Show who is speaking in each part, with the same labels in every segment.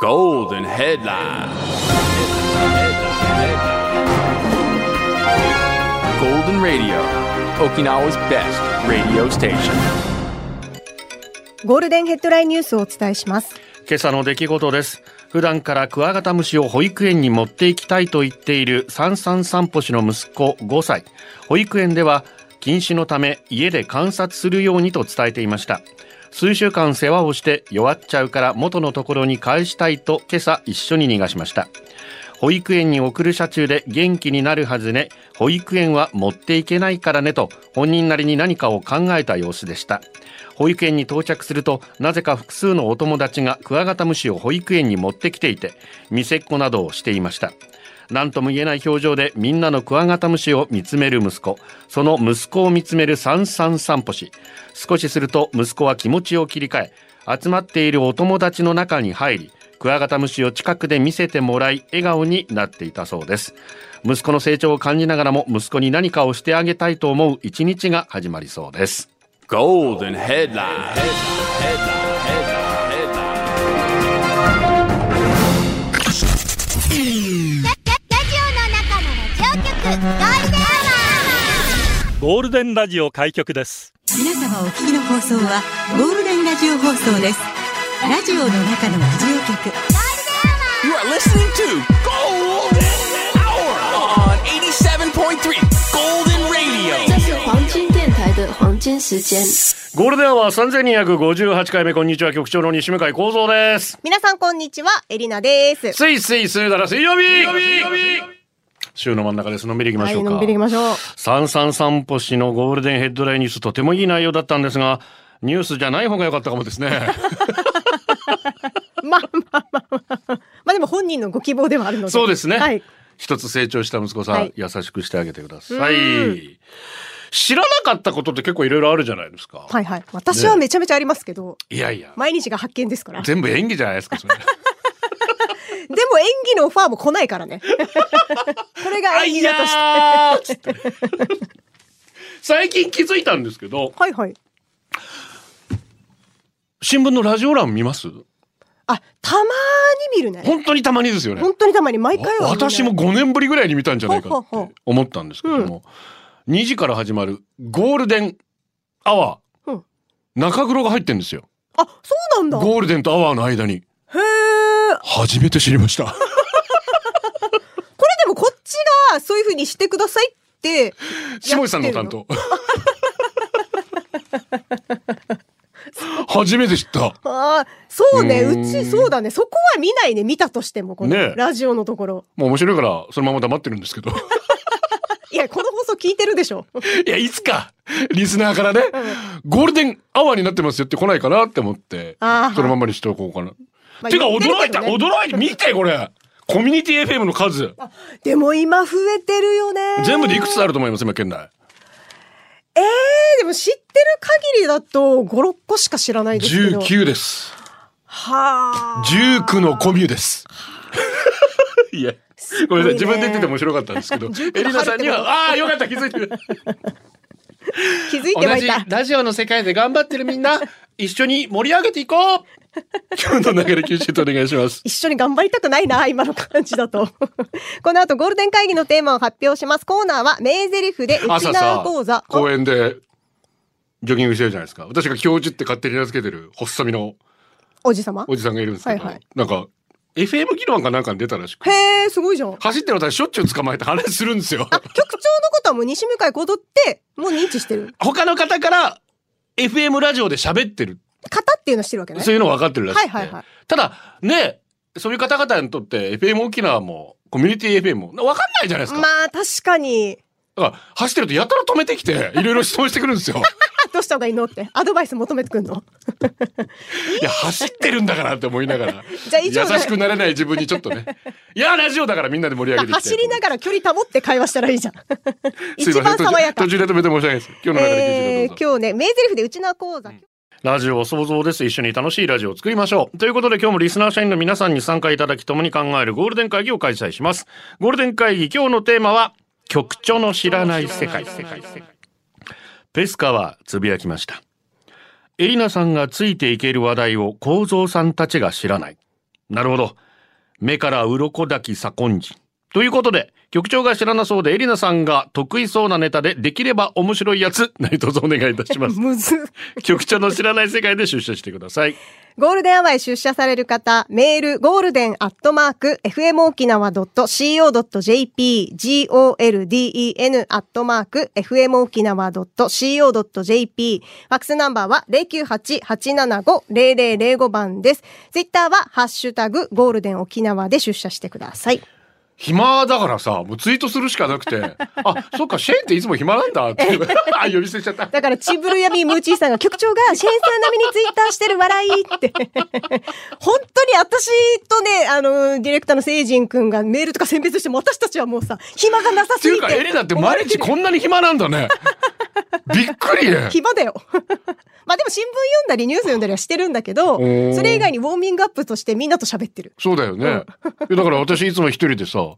Speaker 1: Golden headline. Golden Radio, Okinawa's best radio station.
Speaker 2: ゴールデンヘッドラインニュースをお伝えします。
Speaker 3: 今朝の出来事です普段からクワガタムシを保育園に持って行きたいと言っている三三散歩氏の息子5歳保育園では禁止のため家で観察するようにと伝えていました数週間世話をして弱っちゃうから元のところに返したいと今朝一緒に逃がしました保育園に送る車中で元気になるはずね保育園は持っていけないからねと本人なりに何かを考えた様子でした保育園に到着するとなぜか複数のお友達がクワガタムシを保育園に持ってきていて見せっこなどをしていました何とも言えない表情でみんなのクワガタムシを見つめる息子その息子を見つめる三三散歩し少しすると息子は気持ちを切り替え集まっているお友達の中に入りクワガタムシを近くで見せてもらい笑顔になっていたそうです息子の成長を感じながらも息子に何かをしてあげたいと思う一日が始まりそうです
Speaker 1: Golden headline.
Speaker 4: Golden
Speaker 5: ゴールデンラジオ開局です。
Speaker 6: 皆様お聞きの放送はゴールデンラジオ放送です。ラジオの中のラジオ局。
Speaker 7: You are listening to Golden Hour on 87.3 Golden Radio.
Speaker 8: 这是黄金电台的黄金时间。
Speaker 3: ゴールデンは3258回目こんにちは局長の西向井光三です
Speaker 2: 皆さんこんにちは、エリナです。
Speaker 3: スイスイするなら水曜日週の真ん中ですのんびりいきま
Speaker 2: は
Speaker 3: しょ
Speaker 2: い、
Speaker 3: うか、
Speaker 2: のんびり行きましょう。
Speaker 3: 三三散歩氏のゴールデンヘッドラインニュースとてもいい内容だったんですがニュースじゃない方が良かったかもですね
Speaker 2: まあまあまあまあ。まあでも本人のご希望ではあるので。
Speaker 3: そうですね、
Speaker 2: はい。
Speaker 3: 一つ成長した息子さん、
Speaker 2: はい
Speaker 3: 優しくしてあげてください知らなかったことって結構いろいろあるじゃないですか、
Speaker 2: はいはい。私はめちゃめちゃありますけど、
Speaker 3: い、やいや
Speaker 2: 毎日が発見ですから。で
Speaker 3: 全部演技じゃないですかそれ
Speaker 2: も演技のオファーも来ないからね。 これが演技だとして。
Speaker 3: あいやーっつって 最近気づいたんですけど
Speaker 2: はいはい。
Speaker 3: 新聞のラジオ欄見ます
Speaker 2: あ、たまに見るね。
Speaker 3: 本当にたまにですよね
Speaker 2: 本当にたまに毎回は見ない。
Speaker 3: 私も5年ぶりぐらいに見たんじゃないか
Speaker 2: ほうほう
Speaker 3: っ
Speaker 2: ほう
Speaker 3: て思ったんですけども、2時から始まるゴールデンアワー、
Speaker 2: うん
Speaker 3: 中黒が入ってんですよ
Speaker 2: あ、そうなんだ。
Speaker 3: ゴールデンとアワーの間に
Speaker 2: へえ。
Speaker 3: 初めて知りまし た
Speaker 2: これでもこっちがそういうふうにしてくださいって
Speaker 3: 下地さんの担当 初めて知った
Speaker 2: ああ、そうね、
Speaker 3: うー
Speaker 2: うんち、そうだね、そこは見ないね、見たとしても、こ
Speaker 3: ね
Speaker 2: のラジオのところ。
Speaker 3: もう面白いからそのまま黙ってるんですけど
Speaker 2: いや、この放送聞いてるでしょ。
Speaker 3: いやいつかリスナーからね、ゴールデンアワーになってますよって来ないかなって思って
Speaker 2: あー
Speaker 3: そのままにしておこうかな
Speaker 2: まあ
Speaker 3: てか
Speaker 2: 言ってる
Speaker 3: 驚
Speaker 2: け
Speaker 3: い
Speaker 2: ど
Speaker 3: た、
Speaker 2: ね
Speaker 3: 驚いた見てこれコミュニティ FM の数
Speaker 2: でも今増えてるよね。
Speaker 3: 全部でいくつあると思います今県内
Speaker 2: ええでも知ってる限りだと、5、6個しか知らないですけど。
Speaker 3: 19です
Speaker 2: はあ。
Speaker 3: 19のコミュです いやごめんなさい自
Speaker 2: すごい
Speaker 3: 分
Speaker 2: ね
Speaker 3: で言ってて面白かったんですけど
Speaker 2: 19
Speaker 3: エリナさんに
Speaker 2: 入って
Speaker 3: はああーよかった気づいてる
Speaker 2: 気づいて
Speaker 3: 同
Speaker 2: はい
Speaker 3: じ
Speaker 2: た。
Speaker 3: ラジオの世界で頑張ってるみんな一緒に盛り上げていこう 今日の流れ吸収とお願いします
Speaker 2: 一緒に頑張りたくないな、今の感じだと。 この後、ゴールデン会議のテーマを発表します。コーナーは、名台詞で、
Speaker 3: 朝
Speaker 2: 沖
Speaker 3: さ
Speaker 2: 縄講座。
Speaker 3: 公園でジョギングしてるじゃないですか私が教授って勝手に名付けてる細サ身の
Speaker 2: おおじさま
Speaker 3: おじさんがいるんですけど、
Speaker 2: はいはい
Speaker 3: なんか FM 議論かなんかに出たらしく
Speaker 2: へえ、すごいじゃん。
Speaker 3: 走ってる私しょっちゅう捕まえて話するんですよ
Speaker 2: 局長のことはもう西向井ことって、もう認知してる。
Speaker 3: 他の方から FM ラジオで喋ってる
Speaker 2: 方っていうのしてるわけね。
Speaker 3: そういうの分かってるらしくて、
Speaker 2: はいはいはい
Speaker 3: ただねそういう方々にとって FM 沖縄もコミュニティ FM も分かんないじゃないですか、
Speaker 2: まあ確かに。
Speaker 3: だから走ってるとやたら止めてきていろいろ質問してくるんですよ
Speaker 2: あどうした方がいいのってアドバイス求めてくんの。
Speaker 3: いや走ってるんだからって思いながら
Speaker 2: じゃあ以上だ
Speaker 3: 優しくなれない自分にちょっとねいやラジオだからみんなで盛り上げていきたい
Speaker 2: 走りながら距離保って会話したらいいじゃん。
Speaker 3: すい
Speaker 2: 一
Speaker 3: ません
Speaker 2: 番爽やか
Speaker 3: 途。中途中で止めて申し訳ないです今日の中で
Speaker 2: え
Speaker 3: 聞いてくだ
Speaker 2: ー
Speaker 3: さい
Speaker 2: 今日ね名台詞でうちの講座。
Speaker 3: ラジオは想像です。一緒に楽しいラジオを作りましょう。ということで今日もリスナー社員の皆さんに参加いただき共に考えるゴールデン会議を開催します。ゴールデン会議今日のテーマは局長の知らない世界。ペスカはつぶやきました。エリナさんがついていける話題を構造さんたちが知らない。なるほど。目から鱗だき左近人。ということで、局長が知らなそうでエリナさんが得意そうなネタでできれば面白いやつ、 何卒お願いいたします。
Speaker 2: むず。
Speaker 3: 局長の知らない世界で出社してください。
Speaker 2: ゴールデンアワーへ出社される方、メール、ゴールデンアットマーク、fmokinawa.co.jp、golden アットマーク、fmokinawa.co.jp、ファックスナンバーは098-875-0005番です。ツイッターは、ハッシュタグ、ゴールデン沖縄で出社してください。
Speaker 3: 暇だからさ、もうツイートするしかなくて、あ、そっか、シェーンっていつも暇なんだって。あ、呼び捨てしちゃった。
Speaker 2: だから、チブルヤミームーチーさんが、局長がシェーンさん並みにツイッターしてる笑いって。 本当に私とね、あの、ディレクターの聖人くんがメールとか選別しても、私たちはもうさ、暇がなさ
Speaker 3: って
Speaker 2: す
Speaker 3: い
Speaker 2: ぎ
Speaker 3: う
Speaker 2: て。
Speaker 3: か、エレナって毎日こんなに暇なんだね。びっくり ね。
Speaker 2: 暇だよ。 まあでも新聞読んだりニュース読んだりはしてるんだけど、
Speaker 3: ー
Speaker 2: それ以外にウォーミングアップとしてみんなと喋ってる。
Speaker 3: そうだよね。えだから私いつも一人でさ、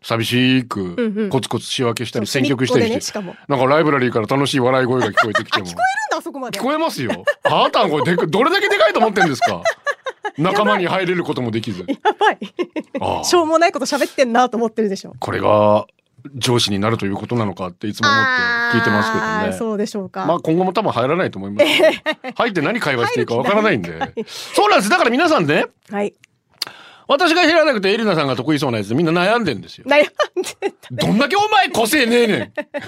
Speaker 3: 寂し
Speaker 2: うんう
Speaker 3: く
Speaker 2: ん
Speaker 3: コツコツ仕分けしたり
Speaker 2: そう
Speaker 3: 選曲したりして、
Speaker 2: 隅っこでねし
Speaker 3: なんかライブラリーから楽しい笑い声が聞こえて きても聞
Speaker 2: なんだあそこまで。
Speaker 3: こえますよ。あなたの声でかどれだけでかいと思ってんですか。仲間に入れることもで きず、
Speaker 2: やばい。
Speaker 3: ああ
Speaker 2: しょうもないこと喋ってんなと思ってるでしょ。
Speaker 3: これが上司になるということなのかっていつも思って聞いてますけ
Speaker 2: あー
Speaker 3: どね。
Speaker 2: そうでしょうか。
Speaker 3: まあ今後も多分入らないと思いますけ ど。入って何会話していいかわからないんで。そうなんです。だから皆さんね、
Speaker 2: はい。
Speaker 3: 私が知らなくてエリナさんが得意そうなやつみんな悩んでんですよ。
Speaker 2: 悩んでた。
Speaker 3: どんだけお前個性ねえねん。
Speaker 2: ペスカ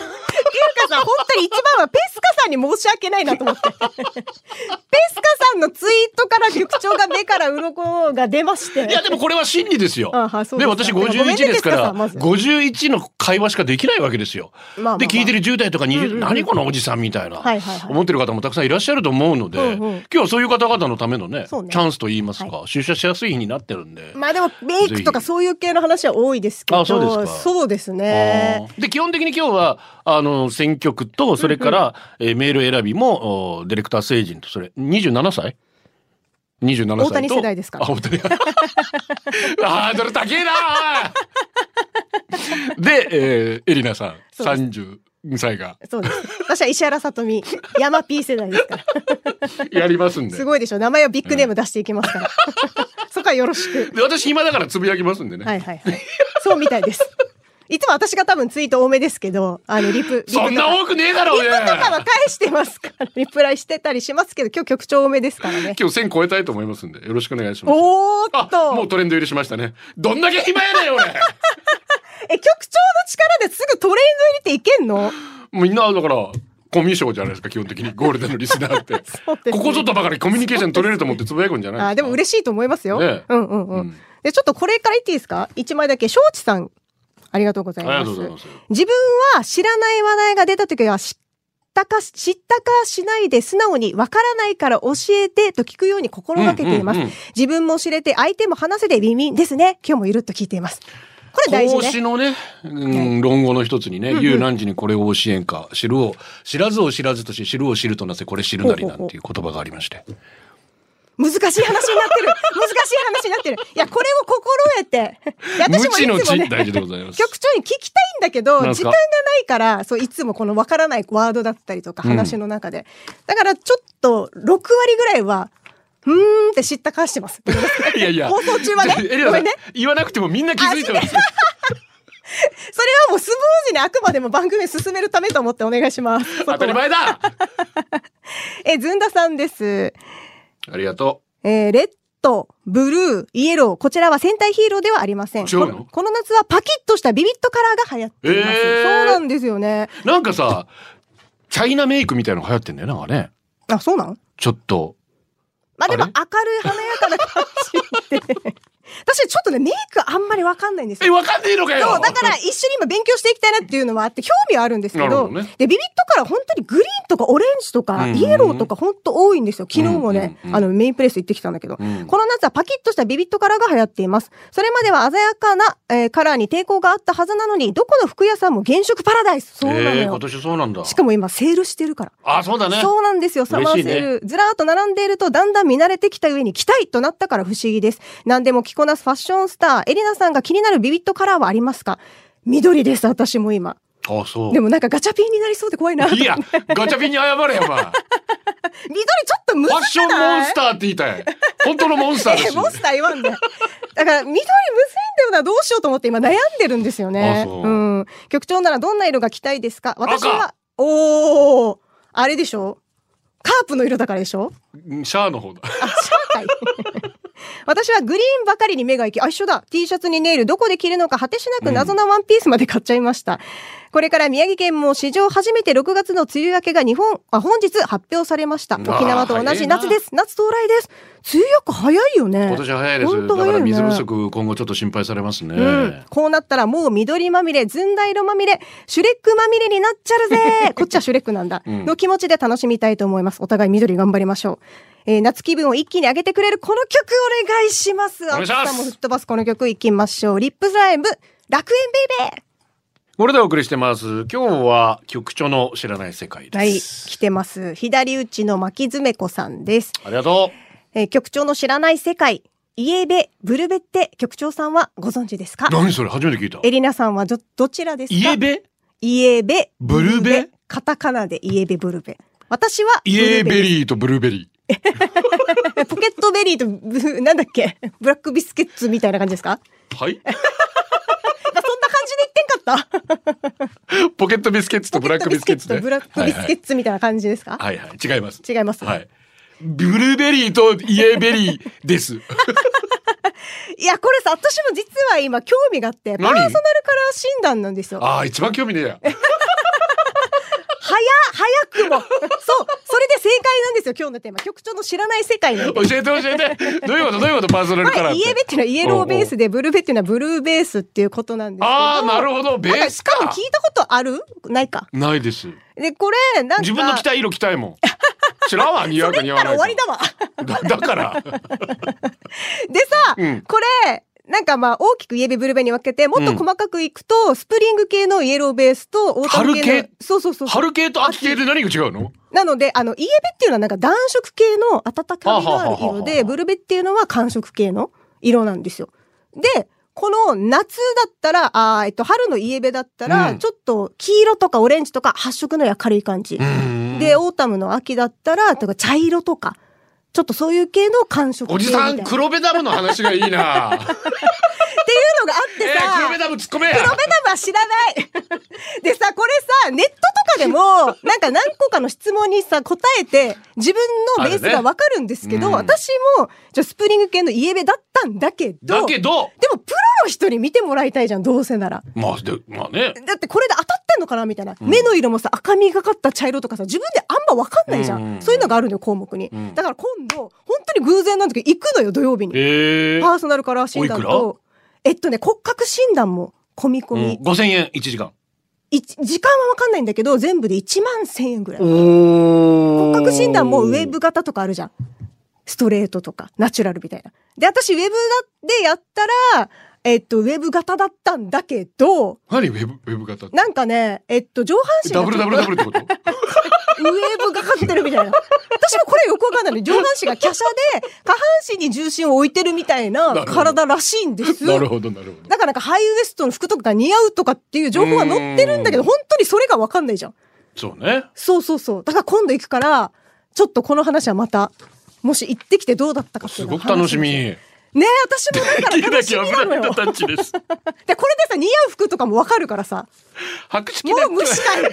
Speaker 2: さん、本当に一番はペスカさんに申し訳ないなと思 って。ペスカさんのツイートから局長が目から鱗が出まして。
Speaker 3: いやでもこれは真理ですよ。
Speaker 2: あはいそう
Speaker 3: で
Speaker 2: ですか
Speaker 3: 私51ですか
Speaker 2: ごめんねですから
Speaker 3: ら
Speaker 2: まず
Speaker 3: 51の会話しかできないわけですよ。
Speaker 2: まあまあまあ
Speaker 3: で聞いてる10代とか20代、
Speaker 2: うんうん
Speaker 3: 何このおじさんみたいな、
Speaker 2: はいはいはい
Speaker 3: 思ってる方もたくさんいらっしゃると思うので、
Speaker 2: うんうん
Speaker 3: 今日はそういう方々のためのね
Speaker 2: そうね
Speaker 3: チャンスと言いますか、出社しやすい日になってるんで。
Speaker 2: まあでもメイクとかそういう系の話は多いですけど。
Speaker 3: あそうですか
Speaker 2: そうですね。
Speaker 3: で基本的に今日はあの選曲とそれから、えーメール選びもおディレクター成人とそれ27歳27歳と
Speaker 2: 大谷世代ですから
Speaker 3: あ大谷 ハードル高えな おいで、えー、エリナさん
Speaker 2: そう
Speaker 3: 32歳が
Speaker 2: そうです。私は石原さとみ、山 P 世代です から。
Speaker 3: やりますんです
Speaker 2: ごいでしょ。名前をビッグネーム出していきますから。 そこはよろしく。
Speaker 3: で私暇だからつぶやきますんでね、
Speaker 2: はいはい はい。そうみたいです。いつも私が多分ツイート多めですけど、あの、リプ、リプとか
Speaker 3: そんな多くねえだろう
Speaker 2: リプとかは
Speaker 3: ね
Speaker 2: 返してますから、 リプライしてたりしますけど、今日局長多めですからね。
Speaker 3: 今日1000超えたいと思いますんでよろしくお願いします
Speaker 2: おーっ
Speaker 3: あもう
Speaker 2: と
Speaker 3: トレンド入りしましたねどんだけ暇やねん俺
Speaker 2: え、局長の力ですぐトレンド入れていけんの
Speaker 3: みんなだからコミュ障じゃないですか基本的にゴールデンのリスナーっ て
Speaker 2: うですね
Speaker 3: ここぞとばかりコミュニケーション取れると思ってつぶやくんじゃない
Speaker 2: あでも
Speaker 3: しい
Speaker 2: 嬉しいと思いますよ。
Speaker 3: ね
Speaker 2: うんうんうん。
Speaker 3: うん
Speaker 2: で、ちょっとこれから言っていいですか一枚だけ、庄司さん、ありがとうございます。
Speaker 3: ありがとうございます
Speaker 2: 自分は知らない話題が出た時は知ったか、知ったかしないで素直にわからないから教えてと聞くように心がけています。
Speaker 3: うんうんうん
Speaker 2: 自分も知れて相手も話せてビンビンですね。今日もゆるっと聞いています。これ大事
Speaker 3: 孔
Speaker 2: ね。
Speaker 3: 子のね、うん、論語の一つにね「言う何時にこれを教えんか知るを知らずを知らずとし知るを知るとなせこれ知るなり」なんていう言葉がありまして
Speaker 2: 難しい話になってる。難しい話になってる。いや、これを心得て。いや
Speaker 3: 無知の
Speaker 2: いつも
Speaker 3: 知
Speaker 2: ね
Speaker 3: 大事でございます
Speaker 2: 局長に聞きたいんだけど
Speaker 3: なんす
Speaker 2: 時
Speaker 3: か
Speaker 2: 間がないからそういつもこのわからないワードだったりとか
Speaker 3: ん
Speaker 2: 話の中で、だからちょっと6割ぐらいは「うーん」って知った顔してます。
Speaker 3: いや いや
Speaker 2: 放送中はね
Speaker 3: ちょっとエリナ
Speaker 2: ごめ
Speaker 3: さ
Speaker 2: ん
Speaker 3: ん
Speaker 2: ね
Speaker 3: 言わなくてもみんな気づいてます
Speaker 2: それはもうスムーズにあくまでも番組を進めるためと思ってお願いします。 そこは
Speaker 3: 当たり前だ
Speaker 2: え、ずんださんです。
Speaker 3: ありがと
Speaker 2: えーレッド、ブルー、イエロー。こちらは戦隊ヒーローではありません。
Speaker 3: 違うの
Speaker 2: ここの夏はパキッとしたビビットカラーが流行っています。
Speaker 3: えー
Speaker 2: そうなんですよね。
Speaker 3: うなんかさチャイナメイクみたいの流行ってんだよなんかね
Speaker 2: あ、そうなん
Speaker 3: ちょっと
Speaker 2: まあでも
Speaker 3: あ
Speaker 2: 明
Speaker 3: れ
Speaker 2: るい華やかな感じで。 私ちょっとね、メイクあんまりわかんないんです
Speaker 3: え
Speaker 2: よ。
Speaker 3: わかんねえのかよ
Speaker 2: そう、だから一緒に今勉強していきたいなっていうのはあって、興味はあるんですけど、
Speaker 3: なるほどね
Speaker 2: で、ビビットから本当にグリーンとかオレンジとか、
Speaker 3: うんうん
Speaker 2: イエローとか本当多いんですよ。昨日もね、
Speaker 3: うんうんうん
Speaker 2: あの、メインプレス行ってきたんだけど、
Speaker 3: うん
Speaker 2: この夏はパキッとしたビビットカラーが流行っています。それまでは鮮やかな、えーカラーに抵抗があったはずなのに、どこの服屋さんも原色パラダイス。そうなの
Speaker 3: えー
Speaker 2: よ
Speaker 3: 今。年そうなんだ
Speaker 2: しかも今セールしてるから。
Speaker 3: あそうだね
Speaker 2: そうなんですよ。サマーセール、ずらーっと並んでいると、だんだん見慣れてきた上に着たいとなったから不思議です。何でも着こなすファッションスター、エリナさんが気になるビビットカラーはありますか緑です、私も今。
Speaker 3: あそう
Speaker 2: でもなんかガチャピンになりそうで怖いな。
Speaker 3: いやガチャピンに 謝れよお前フ
Speaker 2: 緑ちょっと難
Speaker 3: ァッ
Speaker 2: し
Speaker 3: ションモンスターって言いたい本当のモンスター だ
Speaker 2: え
Speaker 3: し
Speaker 2: モンスター言わんで。だから緑むずいんだよなどうしようと思って今悩んでるんですよね
Speaker 3: あそう
Speaker 2: うん、局長ならどんな色が着たいですか私は
Speaker 3: 赤
Speaker 2: おおあれでしょカープの色だからでしょ
Speaker 3: うんシャアの方だ。
Speaker 2: あ、シャーかい 私はグリーンばかりに目が行き、あ、一緒だ。T シャツにネイル、どこで着るのか果てしなく謎なワンピースまで買っちゃいました。これから宮城県も史上初めて6月の梅雨明けが日本、あ、本日発表されました。
Speaker 3: うわー
Speaker 2: 沖縄と同
Speaker 3: 早
Speaker 2: じ
Speaker 3: いな
Speaker 2: 夏です。夏到来です。梅雨明け早いよね。
Speaker 3: 今年は早いです。
Speaker 2: 本
Speaker 3: だ
Speaker 2: 当
Speaker 3: か
Speaker 2: 早い
Speaker 3: ら
Speaker 2: よね
Speaker 3: 水不足、今後ちょっと心配されますね。
Speaker 2: うん、こうなったらもう緑まみれ、ずんだ色まみれ、シュレックまみれになっちゃる ぜこっちはシュレックなんだ、
Speaker 3: うん
Speaker 2: の気持ちで楽しみたいと思います。お互い緑頑張りましょう。えー夏気分を一気に上げてくれるこの曲お願いします。お
Speaker 3: 願いします
Speaker 2: も吹っ飛ばすこの曲いきましょう。リップスライム、楽園ベイベ
Speaker 3: これでお送りしてます。今日は局長の知らない世界
Speaker 2: ーはい、
Speaker 3: です。
Speaker 2: 来てます。左打ちの巻き爪子さんです。
Speaker 3: ありがと
Speaker 2: えー局長の知らない世界、イエベ、ブルベって局長さんはご存知ですか
Speaker 3: う。何それ初めて聞いた。
Speaker 2: エリナさんはど、どちらですか
Speaker 3: イエベ
Speaker 2: イエベ。
Speaker 3: ブルベ
Speaker 2: カタカナでイエベブルベ。私は
Speaker 3: イエベ
Speaker 2: ー。
Speaker 3: リーとブルーベリー。
Speaker 2: ポケットベリーと ブ、なんだっけブラックビスケッツみたいな感じです か
Speaker 3: はい。
Speaker 2: あそんな感じで言ってんかった
Speaker 3: ポケットビスケッツとブラックビスケッツ
Speaker 2: ポ
Speaker 3: ね。
Speaker 2: とブラックビスケッツみたいな感じですか、
Speaker 3: はいはい。はいはい違います。
Speaker 2: 違います、
Speaker 3: はい。ブルーベリーとイエベリーです。
Speaker 2: いや、これさ、私も実は今興味があって、パーソ
Speaker 3: 何
Speaker 2: ナルカラー診断なんですよ。
Speaker 3: ああ、一番興味ねえや。
Speaker 2: 早、早くも。 そう、それで正解なんですよ、今日のテーマ。局長の知らない世界なんで
Speaker 3: 教えて教えて。どういうことどういうことパーソナルカラ
Speaker 2: は
Speaker 3: ー
Speaker 2: い、
Speaker 3: っ。
Speaker 2: イエベってていうのはイエローベースで、ブルーベっていうのはブルーベースっていうことなんですけど。
Speaker 3: ああ、なるほど。ベ
Speaker 2: なん
Speaker 3: ー
Speaker 2: か
Speaker 3: ス
Speaker 2: しかも
Speaker 3: か
Speaker 2: 聞。いたことあるないか。
Speaker 3: ないです。
Speaker 2: で、これ、なんか。
Speaker 3: 自分の着たい色着たいもん。知らんわ、似合うか似合わ
Speaker 2: 終わ
Speaker 3: な
Speaker 2: り
Speaker 3: い
Speaker 2: だわ。
Speaker 3: か。だだから。
Speaker 2: でさ、
Speaker 3: うん
Speaker 2: これ、なんかまあ大きくイエベブルベに分けて、もっと
Speaker 3: うん
Speaker 2: 細かくいくと、スプリング系のイエローベースと、オータム系の。
Speaker 3: 春系
Speaker 2: そうそうそうそう。
Speaker 3: 春系と秋系で何が違うの
Speaker 2: なので、あの、イエベっていうのはなんか暖色系の暖かみのある
Speaker 3: はははは
Speaker 2: 色で、ブルベっていうのは寒色系の色なんですよ。で、この夏だったら、あーえっと、春のイエベだったら、
Speaker 3: うん
Speaker 2: ちょっと黄色とかオレンジとか発色の明るい感じ。
Speaker 3: うーん
Speaker 2: で、オータムの秋だったら、とか茶色とか、ちょっとそういう系の感触系
Speaker 3: お
Speaker 2: み
Speaker 3: じ
Speaker 2: たいな
Speaker 3: さん、黒部ダムの話がいい
Speaker 2: っ
Speaker 3: な。
Speaker 2: ていうのがあっ
Speaker 3: え
Speaker 2: て
Speaker 3: ー、
Speaker 2: さ、黒
Speaker 3: 黒部
Speaker 2: 部ダ
Speaker 3: ダム突っ込めや。
Speaker 2: ムは知らない。 でさ、これさ、ネットとかで も、なんか何個かの質問にさ、答えて、自分のベースがわかるんですけど、
Speaker 3: あるねうん
Speaker 2: 私も、じゃあスプリング系のイエベだったんだけど、
Speaker 3: だけど、
Speaker 2: でもプロの人に見てもらいたいじゃん、どうせなら。
Speaker 3: まあ、で、まあね。
Speaker 2: だってこれで当たってんのかなみたいな、目の色もさ赤みがかった茶色とかさ自分であんま分かんないじゃん、
Speaker 3: うん
Speaker 2: そういうのがあるのよ項目に、
Speaker 3: ん
Speaker 2: だから今度本当に偶然なんだけど行くのよ土曜日に、
Speaker 3: ええ
Speaker 2: パーソナルカラー診断
Speaker 3: おい
Speaker 2: とえっとね骨格診断も込み込み、
Speaker 3: 五千円一時間。
Speaker 2: いち時間は分かんないんだけど全部で1万1000円ぐらい
Speaker 3: お
Speaker 2: 骨格診断もウェブ型とかあるじゃんストレートとかナチュラルみたいなで私ウェブだでやったらえっとウェブ型だったんだけど
Speaker 3: 何ウェブウェブ型って。
Speaker 2: なんかねえっと上半身が
Speaker 3: ダブルダブルダブルってこと？
Speaker 2: ウェーブがかってるみたいな。私もこれよくわかんないの。上半身が華奢で、下半身に重心を置いてるみたいな体らしいんです。
Speaker 3: なるほどなるほど。
Speaker 2: だからなんかハイウエストの服とかが似合うとかっていう情報は載ってるんだけど、
Speaker 3: うーん
Speaker 2: 本当にそれがわかんないじゃん。
Speaker 3: そうね。
Speaker 2: そうそうそう。だから今度行くから、ちょっとこの話はまた、もし行ってきてどうだったかってい
Speaker 3: す
Speaker 2: うのを
Speaker 3: ご
Speaker 2: 話
Speaker 3: く楽しみ。
Speaker 2: ねえ、
Speaker 3: で
Speaker 2: 私もだから楽し
Speaker 3: き
Speaker 2: みなのよ。
Speaker 3: タッチです。
Speaker 2: で、これでさ、似合う服とかもわかるからさ、
Speaker 3: 白色
Speaker 2: も
Speaker 3: だ
Speaker 2: う無視かい。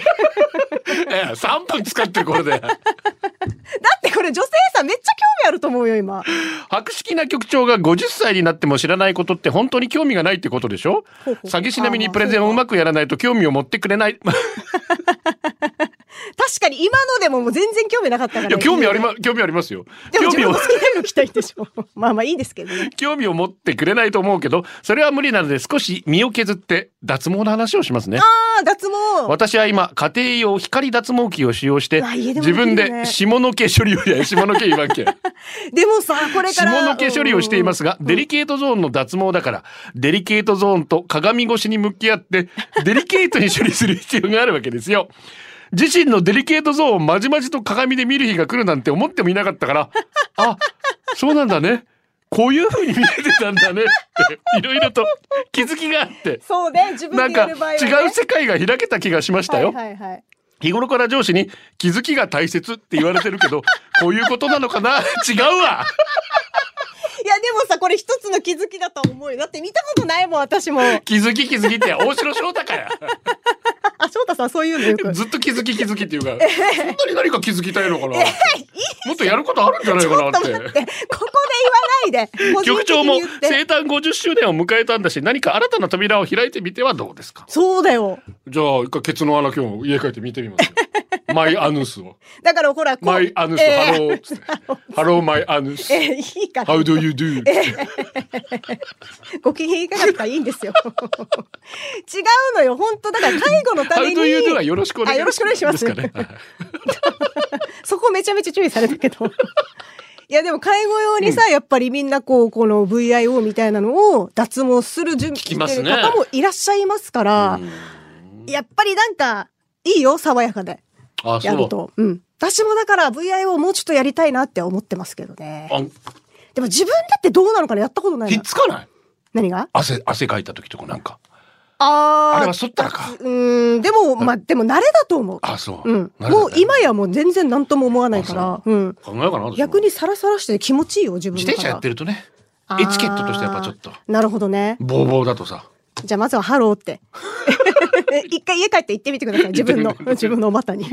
Speaker 3: ええ、三分使ってるこれで。
Speaker 2: だってこれ女性さ、めっちゃ興味あると思うよ、今。
Speaker 3: 白色な局長が50歳になっても知らないことって本当に興味がないってことでしょ
Speaker 2: ほうほう
Speaker 3: 詐欺師並みにプレゼンをうまくやらないと興味を持ってく れない。い
Speaker 2: 確かに今のでももう全然興味なかったから。
Speaker 3: や、興味あります、興味ありますよ。
Speaker 2: でも
Speaker 3: 興
Speaker 2: 自
Speaker 3: 味
Speaker 2: 分
Speaker 3: を
Speaker 2: の好、きなの着たいでしょ。 まあまあいいですけどね。
Speaker 3: 興味を持ってくれないと思うけど、それは無理なので少し身を削って脱毛の話をしますね。
Speaker 2: ああ、脱毛。
Speaker 3: 私は今家庭用光脱毛器を使用して
Speaker 2: うわ家でもで
Speaker 3: 自
Speaker 2: きるね
Speaker 3: 分で下の毛処理をや下の毛言わんけ
Speaker 2: でもさ、これか
Speaker 3: 下
Speaker 2: ら。
Speaker 3: の毛処理をしていますがデリ
Speaker 2: ケ
Speaker 3: ケートゾーンの脱毛だからデリケートゾーンと鏡越しに向き合ってデリケートに処理する必要があるわけですよ自身のデリケートゾーンをまじまじと鏡で見る日が来るなんて思ってもいなかったからあそうなんだねこういう風に見えてたんだねっていろいろと気づきがあって
Speaker 2: そうね、自
Speaker 3: な
Speaker 2: 分
Speaker 3: ん
Speaker 2: で
Speaker 3: か
Speaker 2: や
Speaker 3: 違
Speaker 2: る場合は、ね。
Speaker 3: う世界が開けた気がしましたよ、
Speaker 2: はいはいはい。
Speaker 3: 日頃から上司に気づきが大切って言われてるけどこういうことなのかな違うわ
Speaker 2: いやでもさ、これ一つの気づきだと思うよ。だって見たことないもん、私も。あ、
Speaker 3: 気づき気づきって大城翔太 かや
Speaker 2: 翔太さんそういうのよく。
Speaker 3: ずっと気づき気づきっていうかそんなに何か気づきたいのかなもっとやることあるんじゃない
Speaker 2: ちょ
Speaker 3: か
Speaker 2: っ
Speaker 3: なっ
Speaker 2: と待って、ここ
Speaker 3: て
Speaker 2: で言わないで。個人
Speaker 3: 局
Speaker 2: 的に
Speaker 3: 長も
Speaker 2: 言って
Speaker 3: 生誕50周年を迎えたんだし何か新たな扉を開いてみてはどうですか
Speaker 2: そうだよ。
Speaker 3: じゃあ一回ケツの穴今日家帰って見てみま すよマイアヌスを
Speaker 2: だからほら、こう
Speaker 3: マイアヌス、
Speaker 2: えー
Speaker 3: ハローっつってハローマイアヌス
Speaker 2: えーいいかな
Speaker 3: How do you do?
Speaker 2: ご機嫌いかがですかいいんですよ。違うのよ、本当だから介護のため
Speaker 3: How
Speaker 2: に。
Speaker 3: do you do? はよろしくお願い
Speaker 2: あよろしくお願いします
Speaker 3: ですかねはい
Speaker 2: そこめちゃめちゃ注意されたけど。いやでも介護用にさ、やっぱりみんなこう、この VIO みたいなのを脱毛する準備
Speaker 3: きます
Speaker 2: して
Speaker 3: ね
Speaker 2: る方もいらっしゃいますから、やっぱりなんか、いいよ、爽やかで。
Speaker 3: あ
Speaker 2: や
Speaker 3: そ
Speaker 2: る
Speaker 3: う
Speaker 2: と。うん。私もだから VIO もうちょっとやりたいなって思ってますけどね。
Speaker 3: あ
Speaker 2: でも自分だってどうなのかなやったことない
Speaker 3: ひっ
Speaker 2: な。
Speaker 3: つかない
Speaker 2: 何が
Speaker 3: 汗汗かいた時とかなんか
Speaker 2: あ
Speaker 3: あれ
Speaker 2: ー
Speaker 3: は剃ったらか
Speaker 2: うーん、でも、まあ、でも慣れだと思う。
Speaker 3: あそう、
Speaker 2: うん。
Speaker 3: なるほ
Speaker 2: も
Speaker 3: ど
Speaker 2: う
Speaker 3: ね
Speaker 2: 今やもう全然何とも思わないか
Speaker 3: あ
Speaker 2: ら、うん。
Speaker 3: 考えかな私も
Speaker 2: 逆にサラサラして気持ちいいよ、自分
Speaker 3: 自
Speaker 2: の
Speaker 3: 転車やって
Speaker 2: る。
Speaker 3: るとね
Speaker 2: あー
Speaker 3: エチケットとしてやっぱちょっと
Speaker 2: なるほどね。
Speaker 3: ボーボーだと さ
Speaker 2: じゃあまずはハローって。 一回家帰って行ってみてください。自分の、自分のお股に。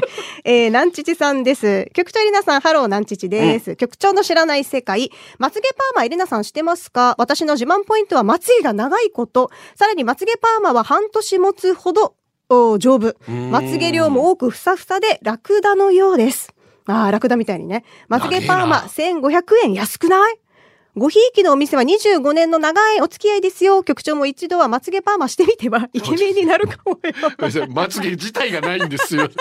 Speaker 2: えー、南父さんです。局長エリナさん、ハロー南父です。局長の知らない世界。まつげパーマエリナさんしてますか私の自慢ポイントはまつげが長いこと。さらにまつげパーマは半年持つほど、お丈夫。
Speaker 3: ん
Speaker 2: まつげ量も多くふさふさでラクダのようです。ああ、ラクダみたいにね。まつげパーマ1500円安くないごひいきのお店は25年の長いお付き合いですよ。局長も一度はまつげパーマしてみてはイケメンになるかもよ。
Speaker 3: まつげ自体がないんですよ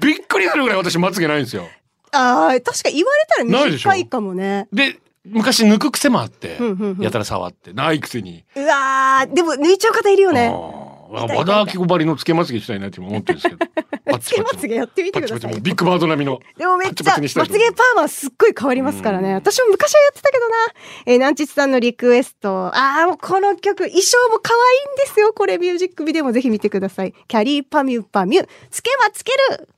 Speaker 3: びっくりするぐらい私まつげないんですよ
Speaker 2: ああ、確か言われたら短いかもね。
Speaker 3: で昔抜く癖もあって、
Speaker 2: うんうんうん
Speaker 3: やたら触ってないくせに、
Speaker 2: うわー、でも抜いちゃう方いるよね。
Speaker 3: あー和田アキ子ばりのつけまつげしたいなって今思ってるんですけどパ ッ
Speaker 2: つけま
Speaker 3: の
Speaker 2: つげやってみ
Speaker 3: パ
Speaker 2: てく
Speaker 3: ッチ
Speaker 2: だ
Speaker 3: パチ
Speaker 2: さ
Speaker 3: もう
Speaker 2: い。
Speaker 3: ビッグバード並みの
Speaker 2: でもめっち
Speaker 3: パチパ
Speaker 2: ゃ、
Speaker 3: チ
Speaker 2: ま
Speaker 3: に
Speaker 2: つ
Speaker 3: したいと思
Speaker 2: げ
Speaker 3: う
Speaker 2: パーマすっごい変わりますからね。私も昔はやってたけどな。えー、南ちさんのリクエスト。ああ、もうこの曲、衣装も可愛いんですよ。これミュージックビデオもぜひ見てください。キャリーパミュパミュ。つけはつける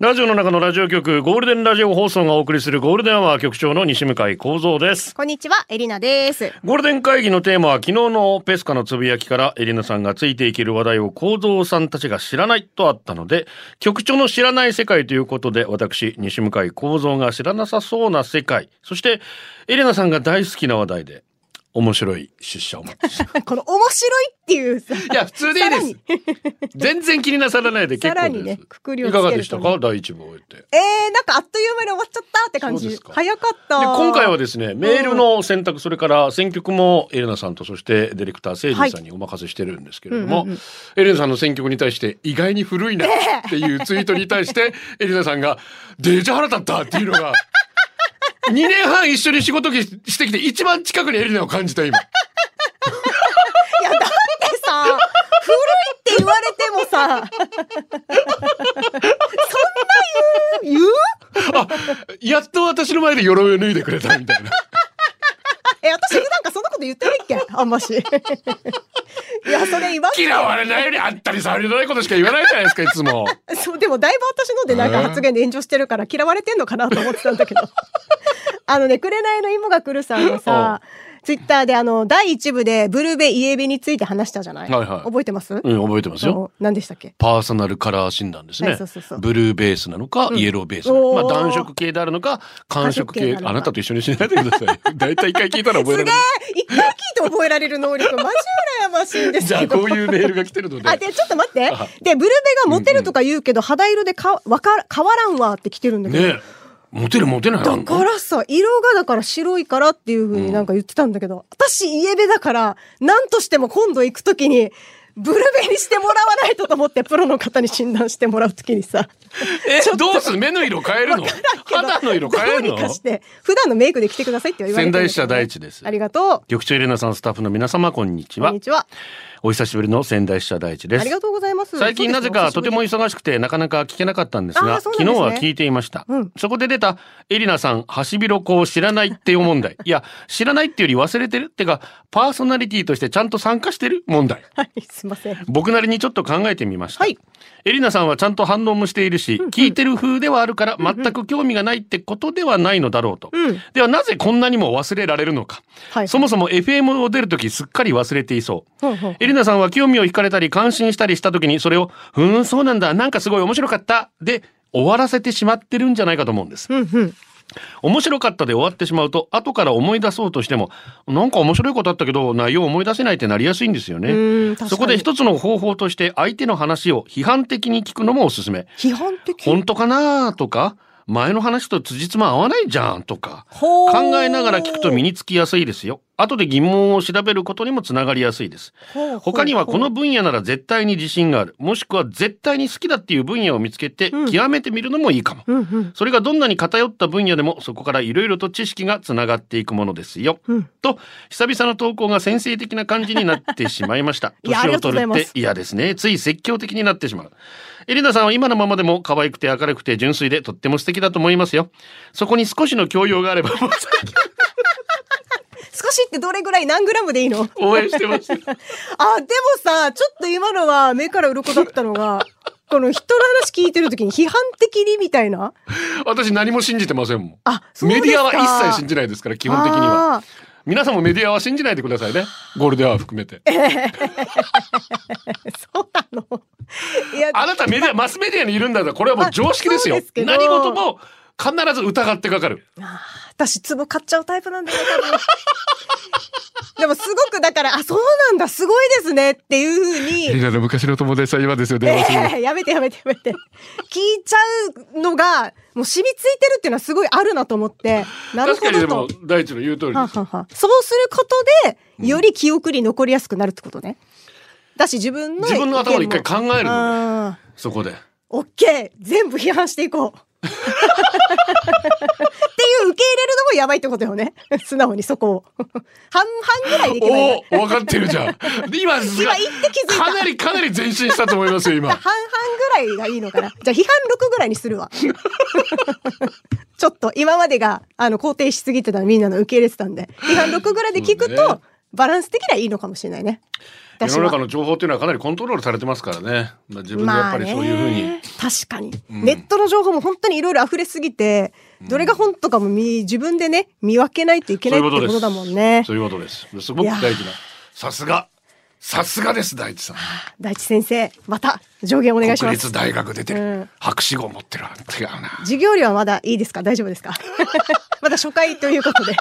Speaker 3: ラジオの中のラジオ局ゴールデンラジオ放送がお送りするゴールデンアワー局長の西向井光三です
Speaker 2: こんにちは、エリナです。
Speaker 3: ゴールデン会議のテーマは昨日のペスカのつぶやきからエリナさんがついていける話題を構造さんたちが知らないとあったので局長の知らない世界ということで私西向井構造が知らなさそうな世界そしてエリナさんが大好きな話題で面白い出社をお待ちしてます
Speaker 2: この面白いっていうさ。
Speaker 3: いや普通でいいです全然気になさらないで結
Speaker 2: さら
Speaker 3: 構
Speaker 2: に
Speaker 3: で
Speaker 2: ね
Speaker 3: す、
Speaker 2: くくりを
Speaker 3: い
Speaker 2: つける
Speaker 3: か
Speaker 2: と
Speaker 3: が
Speaker 2: ね
Speaker 3: でしたか第一部を終えてで
Speaker 2: えー、なんかあっという間に終わっちゃったって感
Speaker 3: そうで
Speaker 2: じ
Speaker 3: す。か
Speaker 2: 早かった。
Speaker 3: 今回はですねメールの選択それから選曲もエリナさんとそしてディレクター誠治さんにお任せしてるんですけれど
Speaker 2: うん
Speaker 3: も、
Speaker 2: うんうん
Speaker 3: エレンさんの選曲に対して意外に古いなっていうツイートに対して、エレナさんが、デージャ腹立ったっていうの が、2年半一緒に仕事ししてきて一番近くにエレナを感じた今。
Speaker 2: いや、だってさ、古いって言われてもさ、そんな言う、言う
Speaker 3: あ、やっと私の前で鎧を脱いでくれたみた いな。
Speaker 2: え、私なんかそんなこと言ってないっけあんまし。いや、それ今、
Speaker 3: 嫌われないようにあったりされないことしか言わないじゃないですか、いつも。
Speaker 2: そう、でもだいぶ私のでなんか発言で炎上してるから嫌われてんのかなと思ってたんだけど。 あのね、紅の芋が来るさんがさ、ツイッターであの、第一部でブルベイエベについて話したじゃない、
Speaker 3: はいはい
Speaker 2: 覚えてます、
Speaker 3: うん、覚えてますよ。
Speaker 2: そう何でしたっけ
Speaker 3: パーソナルカラー診断ですね、
Speaker 2: はいそうそうそう
Speaker 3: ブルーベースなのか、イエローベースな
Speaker 2: おー
Speaker 3: のか、まあ、暖色系であるのか寒色
Speaker 2: 寒色系
Speaker 3: 系
Speaker 2: なのか
Speaker 3: あなたと一緒にしないでください 大体一回聞いたら覚えられる
Speaker 2: 一回聞いて覚えられる能力、マジ羨ましいんです
Speaker 3: じゃ
Speaker 2: け
Speaker 3: あ
Speaker 2: ど
Speaker 3: こ。ういうメールが来て るので
Speaker 2: あ、で、ちょっと待って
Speaker 3: あ。
Speaker 2: で、ブルベがモテるとか言うけど、肌色でか、わから、変わらんわって来てるんだけど。
Speaker 3: ねえモテるモテないあ
Speaker 2: だ
Speaker 3: んの
Speaker 2: からさ、色がだから白いからっていうふうになんか言ってたんだけど、私、イエベだから、なんとしても今度行くときに、ブルベにしてもらわないとと思って、プロの方に診断してもらうときにさ、
Speaker 3: えどうする目の色変えるの肌の色
Speaker 2: ど
Speaker 3: 変え
Speaker 2: う
Speaker 3: る
Speaker 2: にか
Speaker 3: の
Speaker 2: して、普段のメイクで来てくださいって言われて
Speaker 3: 仙
Speaker 2: るんだけ
Speaker 3: 台
Speaker 2: ど。
Speaker 3: 支社第一です
Speaker 2: ありがと
Speaker 3: 局長エレナさんスタッフの皆様こんにち
Speaker 2: う。こ
Speaker 3: は
Speaker 2: んにちは。
Speaker 3: お久しぶりの仙台支社第一で
Speaker 2: あ
Speaker 3: す
Speaker 2: りがとうございます。
Speaker 3: 最近なぜかとても
Speaker 2: い
Speaker 3: 忙しくてなかなか聞けなかったんですが
Speaker 2: あーそうなんで
Speaker 3: 昨日
Speaker 2: すね
Speaker 3: は聞いていました、
Speaker 2: うん
Speaker 3: そこで出たエリナさんハシビロコを知らないっていう問題いや知らないっていうより忘れてるってかパーソナリティとしてちゃんと参加してる問題
Speaker 2: はい、すいません。
Speaker 3: 僕なりにちょっと考えてみました。
Speaker 2: はい
Speaker 3: エリナさんはちゃんと反応もしているし、聞いてる風ではあるから全く興味がないってことではないのだろうと。
Speaker 2: うん
Speaker 3: ではなぜこんなにも忘れられるのか。
Speaker 2: はい。
Speaker 3: そもそも FM を出るときすっかり忘れていそう。
Speaker 2: ほうほう
Speaker 3: エリナさんは興味を惹かれたり感心したりしたときにそれを、うーん、そうなんだ、なんかすごい面白かった、で終わらせてしまってるんじゃないかと思うんです。
Speaker 2: うんうん。
Speaker 3: 面白かったで終わってしまうと後から思い出そうとしてもなんか面白いことあったけど内容を思い出せないってなりやすいんですよ
Speaker 2: うー
Speaker 3: ね
Speaker 2: ん確かに
Speaker 3: そこで一つの方法として相手の話を批判的に聞くのもおすすめ
Speaker 2: 批判的。
Speaker 3: 本当かなとか前の話と辻褄合わないじゃんとか
Speaker 2: ほう
Speaker 3: 考えながら聞くと身につきやすいですよ後で疑問を調べることにもつながりやすいです
Speaker 2: ほうほう
Speaker 3: 他にはこの
Speaker 2: ほ
Speaker 3: 分野なら絶対に自信があるもしくは絶対に好きだっていう分野を見つけて
Speaker 2: うん
Speaker 3: 極めてみるのもいいかも、
Speaker 2: ううんうん
Speaker 3: それがどんなに偏った分野でもそこからいろいろと知識がつながっていくものですよ。
Speaker 2: うん
Speaker 3: と久々の投稿が先生的な感じになってしまいました
Speaker 2: 。いやあり
Speaker 3: 年を
Speaker 2: がとう
Speaker 3: 取
Speaker 2: ござい
Speaker 3: る
Speaker 2: ま
Speaker 3: っ
Speaker 2: す
Speaker 3: て嫌ですね。つい説教的になってしまう。エリナさんは今のままでも可愛くて明るくて純粋でとっても素敵だと思いますよ。そこに少しの教養があれば
Speaker 2: 少しってどれぐらい何グラムでいいの？
Speaker 3: 応援し てます。
Speaker 2: あ、でもさ、ちょっと今のは目から鱗だったのが、この人の話聞いてるときに批判的にみたいな。
Speaker 3: 私何も信じてませんもん。
Speaker 2: あ、そうで
Speaker 3: メ
Speaker 2: すか
Speaker 3: ディアは一切信じないですから基本的には。。
Speaker 2: あー
Speaker 3: 皆さんもメディアは信じないでくださいね。ゴールデンアワー含めて。
Speaker 2: そうなの。いや、
Speaker 3: あなたメディア、マスメディアにいるんだから、これはもう常識ですよ。
Speaker 2: あそうですけど
Speaker 3: 何事も必ず疑ってかかる。
Speaker 2: 私、ツボ買っちゃうタイプなんだよ、多分。でもすごくだから、あ、そうなんだ、すごいですねっていうふうに。
Speaker 4: エリナの昔の友達さん今ですよ、電話するの
Speaker 2: ええやめてやめてやめて。聞いちゃうのが、もう染みついてるっていうのはすごいあるなと思って。なる
Speaker 3: 確
Speaker 2: ほ
Speaker 3: かに
Speaker 2: ど
Speaker 3: でも
Speaker 2: と。、
Speaker 3: 大地の言う通り
Speaker 2: はあ
Speaker 3: で
Speaker 2: は
Speaker 3: す。
Speaker 2: あはあそうすることで、より記憶に残りやすくなるってことね。だし自分の意見も。
Speaker 3: 自分の頭で一回考えるのね
Speaker 2: あー
Speaker 3: そこで。
Speaker 2: オッケー全部批判していこう。っていう受け入れるのもやばいってことよね。素直にそこを。半々ぐらいでいけばいいな。
Speaker 4: おお、分かってるじゃん。
Speaker 3: 今、
Speaker 2: 今言って気づいた。
Speaker 3: かなりかなり前進したと思いますよ、今。
Speaker 2: 半々ぐらいがいいのかな。じゃあ批判6ぐらいにするわ。 ちょっと今までがあの肯定しすぎてたのみんなの受け入れてたんで、批判6ぐらいで聞く
Speaker 3: そうね
Speaker 2: と、バランス的にはいいのかもしれないね。
Speaker 3: 世
Speaker 2: 私
Speaker 3: の
Speaker 2: は
Speaker 3: 中の情報っていうのはかなりコントロールされてますからね。まあ自分でやっぱりそういうふうに。
Speaker 2: まあね確かに、ネットの情報も本当にいろいろ溢れすぎて、どれが本とかも見自分でね見分けないといけ
Speaker 3: そ
Speaker 2: な
Speaker 3: うい
Speaker 2: いっ
Speaker 3: う
Speaker 2: てこ
Speaker 3: ことです。
Speaker 2: とだもんね
Speaker 3: そういうことです。すごく大事な。さすが。さすがです、大地さん。
Speaker 2: 大地先生また上限お願いし
Speaker 4: 国
Speaker 2: ます
Speaker 4: 立大学出て
Speaker 2: う
Speaker 4: る
Speaker 2: ん。
Speaker 4: 博士号持ってる。違うな。
Speaker 2: 授業料はまだいいですか大丈夫です かまだ初回ということで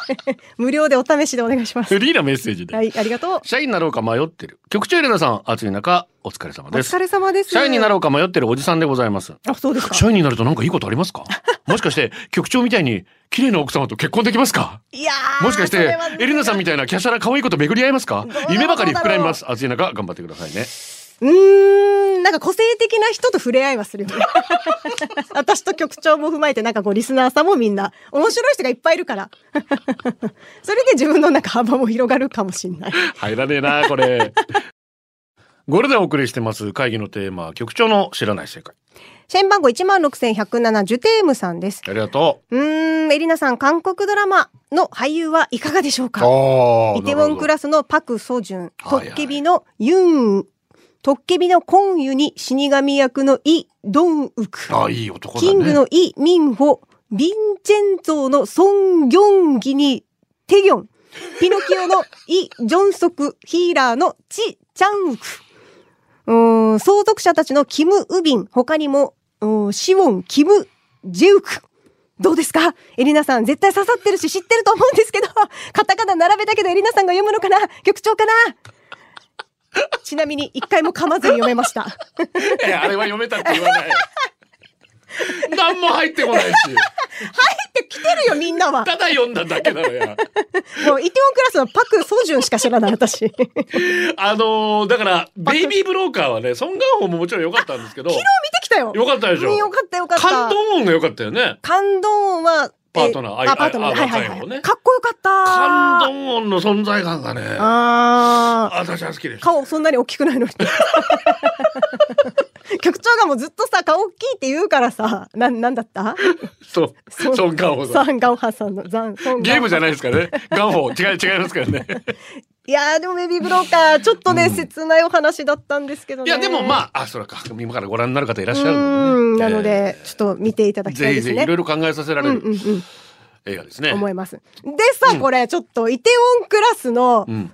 Speaker 2: 無料でお試しでお願いします
Speaker 3: フリーなメッセージで。
Speaker 2: はいありがとう
Speaker 3: 社員になろうか迷ってる。局長エレナさん、暑い中、お疲れ様
Speaker 2: お
Speaker 3: です
Speaker 2: 疲。れ様です
Speaker 3: 社員になろうか迷ってるおじさんでございます。
Speaker 2: あそうですか
Speaker 3: 社員になるとなんかいいことありますか もしかして局長みたいに綺麗な奥様と結婚できますか
Speaker 2: いやー
Speaker 3: もしかし
Speaker 2: そ
Speaker 3: て
Speaker 2: れはね
Speaker 3: エリナさんみたいなキャシャラ可愛いこと巡り合いますか
Speaker 2: うだろう
Speaker 3: 夢ばかり膨らみます。暑い中頑張ってくださいね。
Speaker 2: うーん、なんか個性的な人と触れ合いはするよね。 私と局長も踏まえて、なんかこう、リスナーさんもみんな、面白い人がいっぱいいるから。 それで自分の中幅も広がるかもしれない。
Speaker 3: 入らねえな、これ。 ゴルでお送りしてます会議のテーマ、局長の知らない世界。
Speaker 2: 社員番号16,107、ジュテームさんです。
Speaker 3: ありがと
Speaker 2: うーん、エリナさん、韓国ドラマの俳優はいかがでしょう
Speaker 3: う。
Speaker 2: か
Speaker 3: あー
Speaker 2: イテウォンク
Speaker 3: なる
Speaker 2: ラスのパク・ソジュン、
Speaker 3: はい
Speaker 2: ト
Speaker 3: はい
Speaker 2: ッケビのユン、トッケビのコンユに死神役のイ・ドンウク。
Speaker 3: ほどあー、いい男だね。
Speaker 2: キングのイ・ミンホ、ヴィンチェンゾーのソン・ギョンギにテ ギョン、ピノキオのイ・ジョンソク、ヒーラーのチ・チャンウク。うーん相続者たちのキム・ウビン、他にも、うーんシウォン、キム・ジェウク。どうですかエリナさん、絶対刺さってるし知ってると思うんですけど、 カタカナ並べたけどエリナさんが読むのかな局長かな ちなみに、一回も噛まずに読めました。
Speaker 3: いやあれは読めたって言わない。 何も入ってこないし、
Speaker 2: 来てるよ、みんなは。
Speaker 3: ただ読んだだけなのや。
Speaker 2: もうイテウォンクラスのパク・ソジュンしか知らない 私。ヒロ見て
Speaker 3: あのーだから、ベイビーブローカーはね、ソン・ガンホももちろん良かったんですけど、
Speaker 2: きたよ。
Speaker 3: 良かったでし
Speaker 2: うん
Speaker 3: ょ
Speaker 2: よかったよかった。
Speaker 3: 感動音が良かったよね。
Speaker 2: 感動は、
Speaker 3: パートナー
Speaker 2: え
Speaker 3: あ
Speaker 2: あ、パートナー。
Speaker 3: あ
Speaker 2: はいはい
Speaker 3: 若い
Speaker 2: は
Speaker 3: 方
Speaker 2: い。
Speaker 3: ね
Speaker 2: かっこよかった。
Speaker 3: 感動音の存在感がね、
Speaker 2: ああ。
Speaker 3: 私は好きです。
Speaker 2: 顔そんなに大きくないのに。 局長がもうずっとさ、顔大きいって言うからさ、なん、なんだった
Speaker 3: そう、
Speaker 2: そう
Speaker 3: ソン・ガンホさ
Speaker 2: サ
Speaker 3: ん。
Speaker 2: ン・ガンハさんの、ザン、ソンガンホ
Speaker 3: ゲームじゃないですからね。ガンホ、違い、違いますからね。
Speaker 2: いやーでもベビーブローカーちょっとね、切ないお話だったんですけどね
Speaker 3: いやでも
Speaker 2: あ
Speaker 3: まああそれか今からご覧になる方いらっしゃる
Speaker 2: うん
Speaker 3: ので、
Speaker 2: な
Speaker 3: ね、
Speaker 2: のでちょっと見ていただきた
Speaker 3: ぜ
Speaker 2: い
Speaker 3: ひ
Speaker 2: です
Speaker 3: ぜ
Speaker 2: ね
Speaker 3: ひいろいろ考えさせら
Speaker 2: う
Speaker 3: れ
Speaker 2: ん
Speaker 3: る
Speaker 2: うんうん
Speaker 3: 映画ですね。
Speaker 2: 思いますでさ、これちょっとイテウォンクラスの
Speaker 3: うん、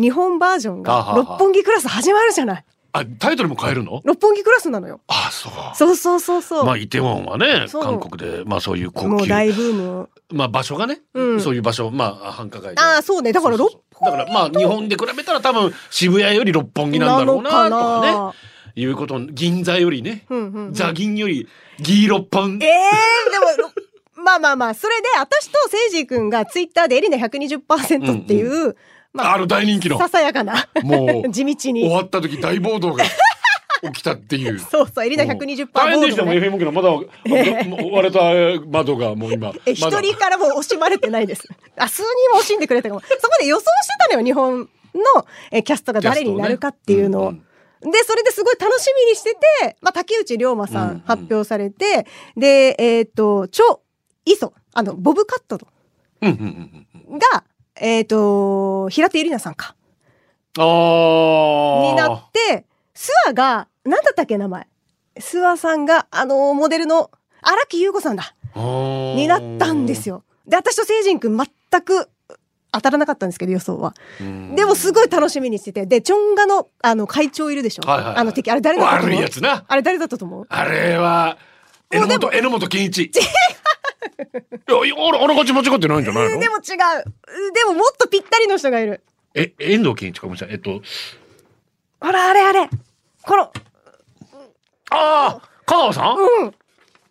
Speaker 2: 日本バージョン
Speaker 3: あは
Speaker 2: が
Speaker 3: は
Speaker 2: 六本木クラス始まるじゃない
Speaker 3: あタイトルも変えるの
Speaker 2: 六本木クラスなのよ
Speaker 3: あそう
Speaker 2: そうそうそうそう、
Speaker 3: まあイテウォンはね
Speaker 2: そう
Speaker 3: 韓国でまあそういう高
Speaker 2: もう
Speaker 3: 級
Speaker 2: 大ブーム
Speaker 3: まあ場所がね、
Speaker 2: うん
Speaker 3: そういう場所まあ繁華街で
Speaker 2: ああそうねだから
Speaker 3: そう
Speaker 2: 六
Speaker 3: そうそうだからまあ日本で比べたら多分渋谷より六本木なんだろうなと
Speaker 2: な
Speaker 3: か
Speaker 2: の
Speaker 3: ねいうこと銀座よりね、
Speaker 2: うんうんうん
Speaker 3: ザ銀よりギー六本
Speaker 2: ええー、でも ろ、まあまあまあ、それで、私と誠治君がツイッターでエリナ120%っていう、ま
Speaker 3: あの大人気の
Speaker 2: ささやかな、
Speaker 3: も う
Speaker 2: 地道
Speaker 3: 終
Speaker 2: に。
Speaker 3: わった時大 暴動が起きたっていう。
Speaker 2: そうそう、エリナ120%ボ
Speaker 3: 大変で
Speaker 2: ー
Speaker 3: した
Speaker 2: ド、
Speaker 3: もん
Speaker 2: ね。
Speaker 3: FM 機のまだ割れた窓がもう今
Speaker 2: え、一
Speaker 3: まだ
Speaker 2: 人からもう惜しまれてないです。 あ、数人も惜しんでくれたかも。そこで予想してたのよ、日本のえキャストが誰になるかっていうのを。
Speaker 3: キャスト
Speaker 2: で、それですごい楽しみにしてて、まあ、竹内涼真さ
Speaker 3: うんうん
Speaker 2: ん発表されて、で、えっ、と、チョ・イソ、あの、ボブカットと
Speaker 3: うんうんうんうん
Speaker 2: が、えっ、と、平手友梨奈さんか。
Speaker 3: あー
Speaker 2: になって、諏訪が、なんだったっけ名前。諏訪さんが、あのモデルの荒木優子さんだ。
Speaker 3: あー
Speaker 2: になったんですよ。で、私と聖人くん全く当たらなかったんですけど、予想は。
Speaker 3: うん
Speaker 2: でもすごい楽しみにしてて。で、チョンガの、あの、会長いるでしょ。
Speaker 3: はいはいはい
Speaker 2: あの敵、あれ誰だったと思う
Speaker 3: 悪いやつな
Speaker 2: あれ誰だったと思う
Speaker 3: あれは榎
Speaker 2: もうで
Speaker 3: 本榎本健一いやあらあらがち間違ってないんじゃない
Speaker 2: え
Speaker 3: の
Speaker 2: ーでも違う。でももっとぴったりの人がいる。
Speaker 3: え遠藤健一かもしれないえっと
Speaker 2: ほら、あれあれ。この、
Speaker 3: ああ香川さんは
Speaker 2: うん。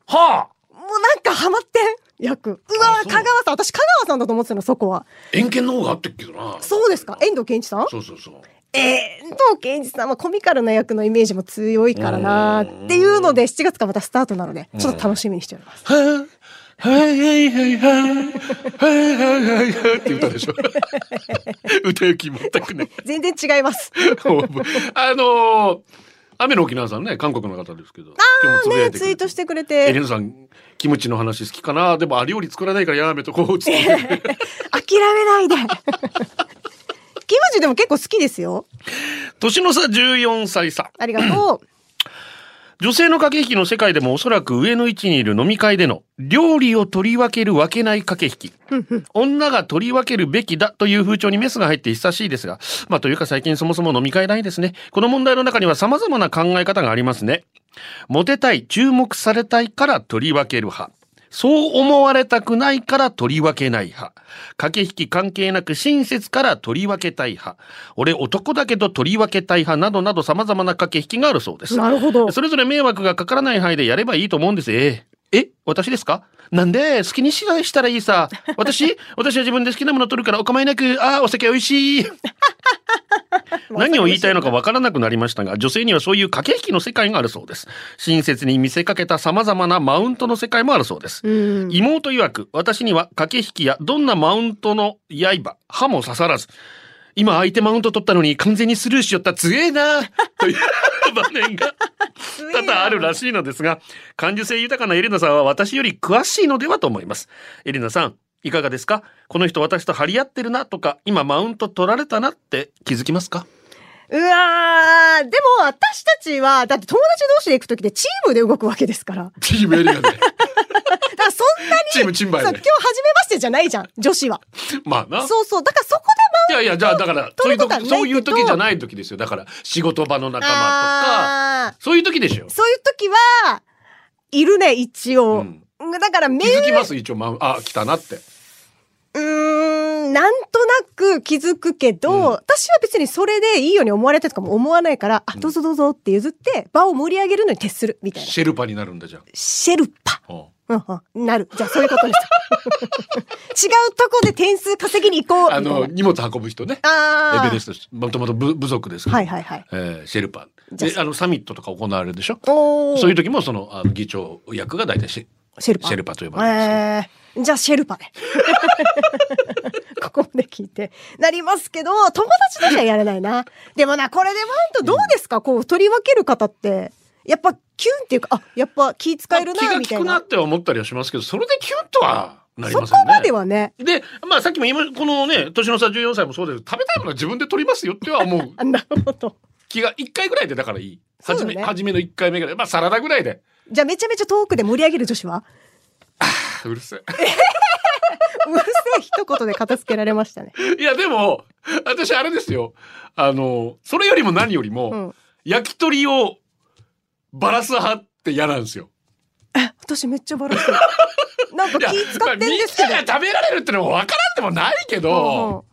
Speaker 3: あ
Speaker 2: もうなんかハマってん役。うわ
Speaker 3: あ
Speaker 2: ー、
Speaker 3: そう
Speaker 2: 香川さん。私、香川さんだと思ってたの、そこは。
Speaker 3: 遠見の方があったっけどな
Speaker 2: そうですか。遠藤健一さん
Speaker 3: そうそうそう
Speaker 2: えー、遠藤憲一さんはコミカルな役のイメージも強いからなーっていうので、7月からまたスタートなので、ちょっと楽しみにしております。
Speaker 3: はいはいはいはいはいはいはいはいって歌でしょ歌う気全くない
Speaker 2: 全然違い ます。
Speaker 3: あのー雨の沖縄さんね韓国の方ですけどあ
Speaker 2: ね、ツイートしてくれ
Speaker 3: エレ
Speaker 2: て、
Speaker 3: ンさんキムチの話好きかなでもあ料理作らないからやめとこうっつって
Speaker 2: 諦めないで。 キムチでも結構好きですよ。
Speaker 3: 年の差14歳差
Speaker 2: ありがとう。
Speaker 3: 女性の駆け引きの世界でもおそらく上の位置にいる飲み会での料理を取り分ける分けない駆け引き女が取り分けるべきだという風潮にメスが入って久しいですがまあというか最近そもそも飲み会ないですねこの問題の中には様々な考え方がありますねモテたい注目されたいから取り分ける派そう思われたくないから取り分けない派。駆け引き関係なく親切から取り分けたい派。俺男だけど取り分けたい派などなど様々な駆け引きがあるそうです。
Speaker 2: なるほど。
Speaker 3: それぞれ迷惑がかからない範囲でやればいいと思うんです。えええ私ですかなんで好きにししたらいい さ。私私は自分で好きなもの取るからお構いなく、ああ、お酒美味し い。何を言いたいのかわからなくなりましたが、女性にはそういう駆け引きの世界があるそうです。親切に見せかけた様々なマウントの世界もあるそうです。
Speaker 2: うん。
Speaker 3: 妹曰く、私には駆け引きやどんなマウントの刃、歯も刺さらず、今相手マウント取ったのに完全にスルーしよった強えなという 場面が多々あるらしいのですが、感受性豊かなエレナさんは私より詳しいのではと思います。エレナさん、いかがですかこの人私と張り合ってるなとか、今マウント取られたなって気づきますか
Speaker 2: うわー、でも私たちは、だって友達同士で行くときでチームで動くわけですから。
Speaker 3: チームエリアで。
Speaker 2: だからそんなに、
Speaker 3: チームチンバ
Speaker 2: そう
Speaker 3: イ
Speaker 2: 今
Speaker 3: で
Speaker 2: 日。初めましてじゃないじゃん、女子は。
Speaker 3: まあな。
Speaker 2: そうそう。だからそこ
Speaker 3: い
Speaker 2: でマウント
Speaker 3: やいや、じゃあだから、そう
Speaker 2: 取
Speaker 3: いう
Speaker 2: ることはない
Speaker 3: 時、
Speaker 2: けど
Speaker 3: そういう時じゃない時ですよ。だから、仕事場の仲間とか、
Speaker 2: あー
Speaker 3: そういう時でしょ。
Speaker 2: そういう時は、いるね、一応。だから、メ
Speaker 3: 気
Speaker 2: ー
Speaker 3: づ
Speaker 2: ル、
Speaker 3: きます一応、まあ、あ、来たなって。
Speaker 2: うーん、なんとなく気づくけど、
Speaker 3: うん
Speaker 2: 私は別にそれでいいように思われたとかも思わないから、あ、どうぞどうぞって譲って、場を盛り上げるのに徹する、みたいな。
Speaker 3: シェルパになるんだじゃん。
Speaker 2: シェルパ。
Speaker 3: うん
Speaker 2: うんうん、なる。じゃあ、そういうこと です。違うとこで点数稼ぎに行こう。
Speaker 3: あの、
Speaker 2: みたい
Speaker 3: 荷物運ぶ人ね。
Speaker 2: な、あ
Speaker 3: エ
Speaker 2: ー
Speaker 3: ベレストし、もともと部部族ですけど。
Speaker 2: はいはいはい。
Speaker 3: えーシェルパ。
Speaker 2: じゃ
Speaker 3: で、あの、サミットとか行われるでしょ。
Speaker 2: おー
Speaker 3: そういう時も、その、あの議長役が大体シ
Speaker 2: シェルパ。
Speaker 3: ェシェルパと呼ばれるんですよ。
Speaker 2: えー、じゃあシェルパで。 ここまで聞いて。なりますけど、友達としてはやれないな。でもな、これでマウントどうですか、こう、取り分ける方って。やっぱ、キュンっていうか、あ、やっぱ気使える
Speaker 3: まあ
Speaker 2: な、み
Speaker 3: 気
Speaker 2: た
Speaker 3: が
Speaker 2: い
Speaker 3: 利くな
Speaker 2: な
Speaker 3: っ。て思ったりはしますけど、それでキュンとはなり
Speaker 2: そ
Speaker 3: ま
Speaker 2: こ
Speaker 3: せんね。
Speaker 2: まではね。
Speaker 3: で、まあさっきも今、このね、年の差14歳もそうです。
Speaker 4: 食べたいものは自分で取りますよっては思う
Speaker 2: あなるほど。
Speaker 4: 気が一回ぐらいでだからいい。
Speaker 2: そうだ
Speaker 4: 初
Speaker 2: ね
Speaker 4: め、初めの一回目ぐらい。まあサラダぐらいで。
Speaker 2: じゃあめちゃめちゃ遠くで盛り上げる女子は
Speaker 4: あうるせえ。
Speaker 2: うるせえ一言で片付けられましたね。
Speaker 4: いや、でも、私、あれですよ。あの、それよりも何よりも、
Speaker 2: うん
Speaker 4: 焼き鳥をバラす派って嫌なんですよ。
Speaker 2: 私めっちゃバラしてる。なんか気使ってんですけど
Speaker 4: まあみん。なが食べられるってのも分からんでもないけ
Speaker 2: うんう
Speaker 4: ど
Speaker 2: ん、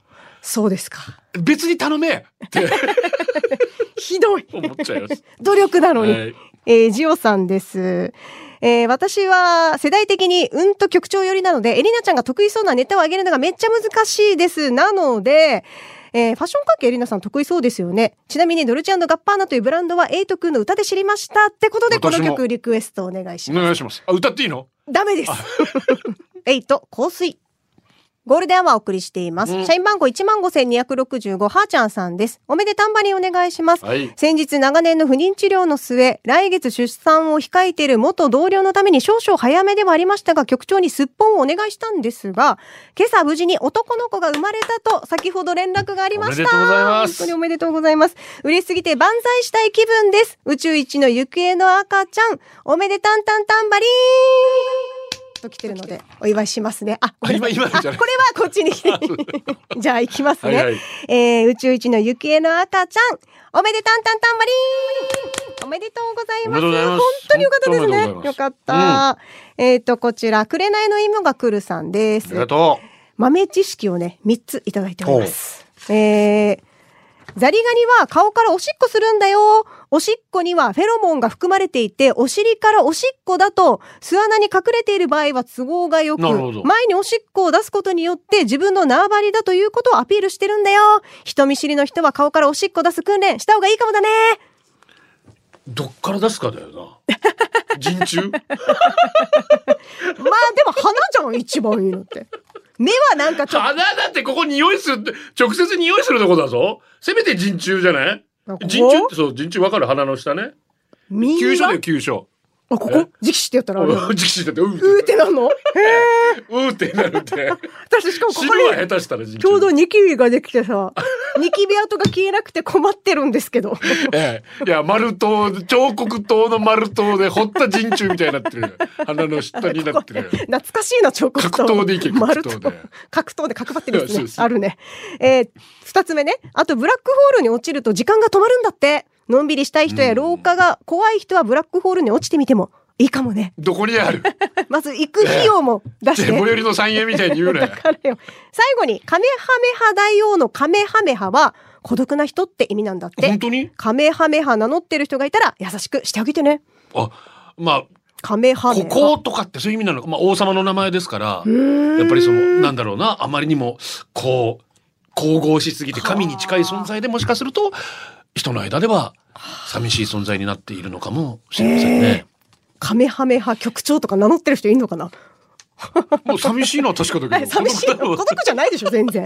Speaker 2: そうですか。
Speaker 4: 別に頼めって
Speaker 2: ひどい。
Speaker 4: 思っちゃい ます。
Speaker 2: 努力なのに。
Speaker 4: はい
Speaker 2: えージオさんです。えー私は世代的にうんと曲調寄りなので、エリナちゃんが得意そうなネタを上げるのがめっちゃ難しいです。なので、えーファッション関係エリナさん得意そうですよね。ちなみにドルチアンドガッパーナというブランドはエイト君の歌で知りましたってことで、この
Speaker 4: 私も
Speaker 2: 曲リクエストお願いし
Speaker 4: お
Speaker 2: ます。
Speaker 4: 願いします。あ、歌っていいの
Speaker 2: ダメです。エイト、香水。ゴールデンはお送りしています。社員番号15,265、はーちゃんさんです。おめでたんばにお願いします。
Speaker 4: はい。
Speaker 2: 先日長年の不妊治療の末、来月出産を控えている元同僚のために少々早めではありましたが、局長にすっぽんをお願いしたんですが、今朝無事に男の子が生まれたと先ほど連絡がありました。
Speaker 3: おめでとうございます
Speaker 2: 本当におめでとうございます。嬉しすぎて万歳したい気分です。宇宙一の行方の赤ちゃん、おめでたんたんたんばりーんと来てるので、お祝いしますね。あ、ごめんなさい
Speaker 4: あ今今のじゃ
Speaker 2: あ
Speaker 4: ない
Speaker 2: これはこっちに来て。 じゃあ行きますね。
Speaker 4: はいはい
Speaker 2: えー宇宙一の行方の赤ちゃん、おめでたんたんたんばりーんおめでとうございます。
Speaker 3: おめでとうございま
Speaker 2: 本
Speaker 3: す
Speaker 2: 当によかったです
Speaker 4: 本当におめでとうご
Speaker 2: ね。
Speaker 4: ざいま
Speaker 2: よ
Speaker 4: す
Speaker 2: かった。えっ、と、こちら、紅の芋が来るさんで
Speaker 3: あ
Speaker 2: す
Speaker 3: り。がと
Speaker 2: 豆知識をね、3ついただいております。えー、ザリガニは顔からおしっこするんだよ。おしっこにはフェロモンが含まれていて、お尻からおしっこだと巣穴に隠れている場合は都合がよく、
Speaker 3: なるほど
Speaker 2: 前におしっこを出すことによって自分の縄張りだということをアピールしてるんだよ。人見知りの人は顔からおしっこ出す訓練した方がいいかもだね。
Speaker 3: う。どっから出すかだよな。人中
Speaker 2: まあでも花じゃん、一番いいのって。目はなんかちょっと
Speaker 3: 鼻だってここ匂いするって、直接匂いするとこだぞ。せめて人中じゃない
Speaker 2: ここ
Speaker 3: 人中ってそう、人中わかる鼻の下ね。、
Speaker 2: 右
Speaker 4: 急所だ
Speaker 2: は
Speaker 4: よ、急所。
Speaker 2: あ、ここ直視ってやったらあれだ
Speaker 4: 直視だって、う
Speaker 2: うー
Speaker 4: ー
Speaker 2: っ
Speaker 4: ってて、
Speaker 2: なんの
Speaker 4: うーってなるって。
Speaker 2: 私しかもこ
Speaker 4: 死ぬ
Speaker 2: こ
Speaker 4: わ、
Speaker 2: に
Speaker 4: 下手したら人中。
Speaker 2: ちょうどニキビができてさ、 ニキビ跡が消えなくて困ってるんですけど。
Speaker 4: ええ、いや丸塔彫刻刀の丸塔で掘った陣中みたいになってる鼻の下になってる
Speaker 2: 懐かしいな、彫刻刀。
Speaker 4: 格闘でいけ
Speaker 2: 丸
Speaker 4: 格
Speaker 2: と
Speaker 4: 闘で
Speaker 2: 格 闘で角張ってるやつ
Speaker 4: そう
Speaker 2: ね
Speaker 4: で。す
Speaker 2: あるね。えー二つ目ね。あと、ブラックホールに落ちると時間が止まるんだって。のんびりしたい人や老化が怖い人はブラックホールに落ちてみてもいいかもね。
Speaker 4: どこにある
Speaker 2: まず行く費用も出し
Speaker 4: 最
Speaker 2: て。
Speaker 4: 寄りの三円みたいに言う なよ
Speaker 2: だからよ。最後に、カメハメハ大王のカメハメハは、孤独な人って意味なんだって。
Speaker 3: 本当に
Speaker 2: カメハメハ名乗ってる人がいたら優しくしてあげてね。
Speaker 3: あ、ま
Speaker 2: カメハ
Speaker 3: あ、
Speaker 2: メ
Speaker 3: こ
Speaker 2: ハ。
Speaker 3: ことかってそういう意味なのか。まあ、王様の名前ですから、やっぱりその、なんだろうな、あまりにも、こう、神々しすぎて神に近い存在でもしかすると、人の間では寂しい存在になっているのかもしれませんね。
Speaker 2: カメハメハ局長とか名乗ってる人いるのか な
Speaker 4: もう寂しいのは確かだけ
Speaker 2: え
Speaker 4: ど
Speaker 2: 寂しいの孤独じゃないでしょ、全 然。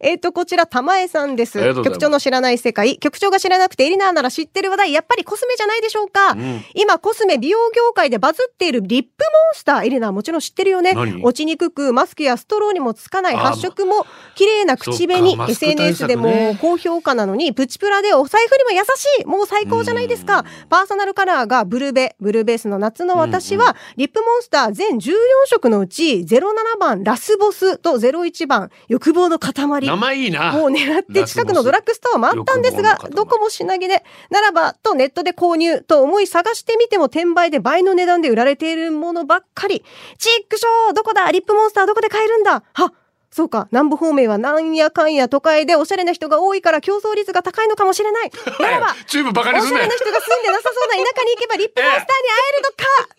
Speaker 2: えっと、こちら、玉江さんです
Speaker 4: ありがとうござ
Speaker 2: 局
Speaker 4: います
Speaker 2: 長の知らない世界。局長が知らなくて、エリナーなら知ってる話題、やっぱりコスメじゃないでしょうか。今、コスメ美容業界でバズっているリップモンスター。エリナはもちろん知ってるよね
Speaker 3: 何。
Speaker 2: 落ちにくく、マスクやストローにもつかない
Speaker 3: あー
Speaker 2: 発色も、綺麗な口紅、
Speaker 3: そっかマスク対策ね
Speaker 2: SNS でも高評価なのに、プチプラでお財布にも優しい。もう最高じゃないですか。パーソナルカラーがブルベ、ブルベースの夏の私は、リップモンスター全14色のうち、07番ラスボスと01番欲望の塊。
Speaker 3: 名前いいな。
Speaker 2: もう狙って近くのドラッグストアを回ったんですが
Speaker 3: ラスボス欲望の、
Speaker 2: ど
Speaker 3: 塊
Speaker 2: こも品切れ。ならば、とネットで購入と思い探してみても転売で倍の値段で売られているものばっかり。チックショーどこだリップモンスターどこで買えるんだはそうか。南部方面はなんやかんや都会でおしゃれな人が多いから競争率が高いのかもしれない。ならば、
Speaker 4: チューブバカに
Speaker 2: お
Speaker 4: す
Speaker 2: しゃ
Speaker 4: んな
Speaker 2: れ
Speaker 4: よ
Speaker 2: な人が住んでなさそうな田舎に行けばリップモンスターに会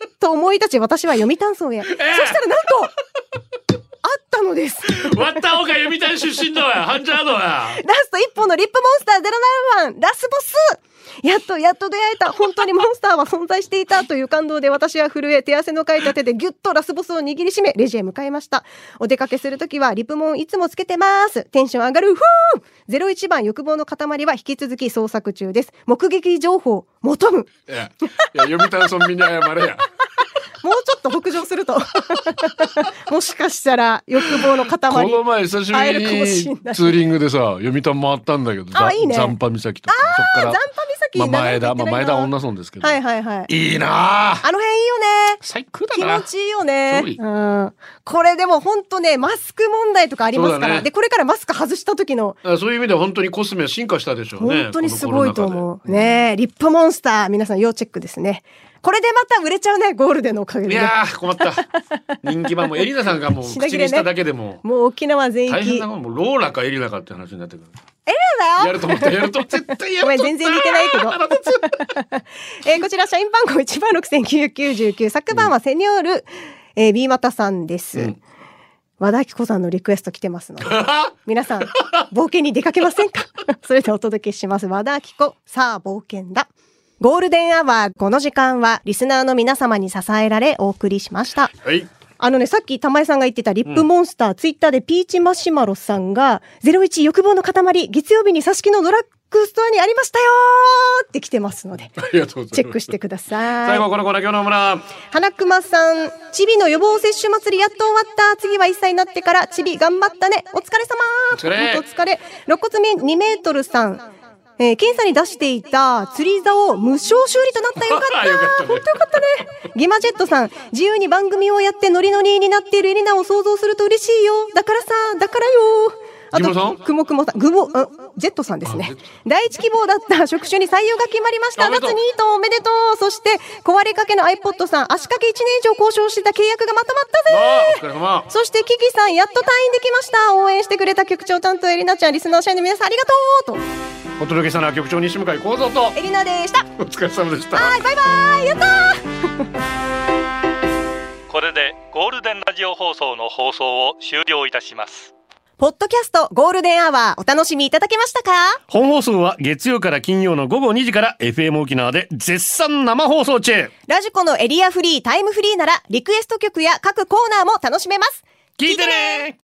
Speaker 2: えるのかと思い立ち私は読谷村へ。そしたらなんと、あったのです。
Speaker 3: 割った方が読谷出身だわハンジャードは
Speaker 2: ラスト1本のリップモンスター071ラスボスやっとやっと出会えた本当にモンスターは存在していたという感動で私は震え手汗のかいた手でギュッとラスボスを握りしめレジへ向かいましたお出かけするときはリップモンいつもつけてますテンション上がるふー01番欲望の塊は引き続き捜索中です目撃情報求む
Speaker 4: いやいや読谷村民に謝れや
Speaker 2: もうちょっと北上すると もしかしたら欲望の塊
Speaker 3: この前久しぶ
Speaker 2: 会えるかもし
Speaker 3: り
Speaker 2: んな
Speaker 3: に
Speaker 2: い
Speaker 3: ツーリングでさ読谷回ったんだけど
Speaker 2: あいいね
Speaker 3: 残波岬とかそっか
Speaker 2: 残
Speaker 3: ら
Speaker 2: 波岬
Speaker 3: まあ、前田、
Speaker 2: 長
Speaker 3: ま
Speaker 2: 野行ってな
Speaker 3: あ、前
Speaker 2: いな
Speaker 3: 田女村ですけど、
Speaker 2: はいはいはい
Speaker 3: い、いなあ
Speaker 2: あの辺いいよね
Speaker 3: 最高だ
Speaker 2: 気
Speaker 3: な
Speaker 2: 持ちいいよね
Speaker 3: すごい。
Speaker 2: うん。これでも本当ね、マスク問題とかありますか
Speaker 3: そうだ
Speaker 2: ら、
Speaker 3: ね
Speaker 2: で、これからマスク外した時の、
Speaker 3: あそういう意味では本当にコスメは進化したでしょうね
Speaker 2: 本当にすごいと
Speaker 3: この
Speaker 2: 思
Speaker 3: コ
Speaker 2: う。
Speaker 3: ロナ禍で
Speaker 2: ねえリップモンスター、皆さん要チェックですね。これでまた売れちゃうね、ゴールデンのおかげ
Speaker 3: い
Speaker 2: でね。
Speaker 3: やー困った 人気番もエリナさんがもう
Speaker 2: 品
Speaker 3: 口
Speaker 2: 切
Speaker 3: に
Speaker 2: れね
Speaker 3: しただけでも
Speaker 2: もう沖縄全
Speaker 3: 大変
Speaker 2: 域。
Speaker 3: だ
Speaker 2: や
Speaker 3: もうローラかエリナかって話になってくるや
Speaker 2: だ
Speaker 3: ると思ったやると思った絶対や
Speaker 2: ごめん、
Speaker 3: ると思
Speaker 2: 全
Speaker 3: っ
Speaker 2: 然似てないけど。 えーこちら、社員番号1万6999、昨晩はセニョール、えー、B 股さんです。
Speaker 3: うん
Speaker 2: 和田貴子さんのリクエスト来てます ので、皆さん、冒険に出かけませんかそれではお届けします。和田貴子、さあ冒険だ。ゴールデンアワー、この時間は、リスナーの皆様に支えられ、お送りしました。
Speaker 3: たはい
Speaker 2: あのね、さっき玉井さんが言ってたリップモンスター、ツイッターでピーチマシュマロさんが、01欲望の塊、月曜日に挿し木のドラッグストアにありましたよーって来てます ので、
Speaker 3: ありがとうございます
Speaker 2: チェックしてくださ
Speaker 3: 最
Speaker 2: い
Speaker 3: 後。はこのコーナー今日の村
Speaker 2: 花熊さん、チビの予防接種祭りやっと終わった。次は1歳になってから、チビ頑張ったね。お疲れ様
Speaker 3: お疲れ
Speaker 2: ほんとお疲れ。肋骨面2メートルさん。えー検査に出していた釣り竿無償修理となったよかった
Speaker 3: よかったね
Speaker 2: 本当よかったねギマジェットさん自由に番組をやってノリノリになっているエリナを想像すると嬉しいよだからさだからよあ
Speaker 3: ギマさん
Speaker 2: とくもくもさんグボあジェットさんです
Speaker 3: あジェ
Speaker 2: ね
Speaker 3: ット
Speaker 2: 第一希望だった職種に採用が決まりました
Speaker 3: おめでとう
Speaker 2: 夏にいいとおめでとうそして壊れかけの iPod さん足掛け1年以上交渉してた契約がまとまったぜ
Speaker 3: あーお疲れ様
Speaker 2: そしてキキさんやっと退院できました応援してくれた局長担当エリナちゃんリスナー社員の皆さんありがとう
Speaker 3: お届けしたのは局長西向井光三と
Speaker 2: とエリナでした
Speaker 3: お疲れ様でした
Speaker 2: はいバイバイやったー
Speaker 4: これでゴールデンラジオ放送の放送を終了いたします
Speaker 2: ポッドキャストゴールデンアワーお楽しみいただけましたか
Speaker 9: 本放送は月曜から金曜の午後2時から FM 沖縄で絶賛生放送中
Speaker 2: ラジコのエリアフリータイムフリーならリクエスト曲や各コーナーも楽しめます
Speaker 9: 聞いてね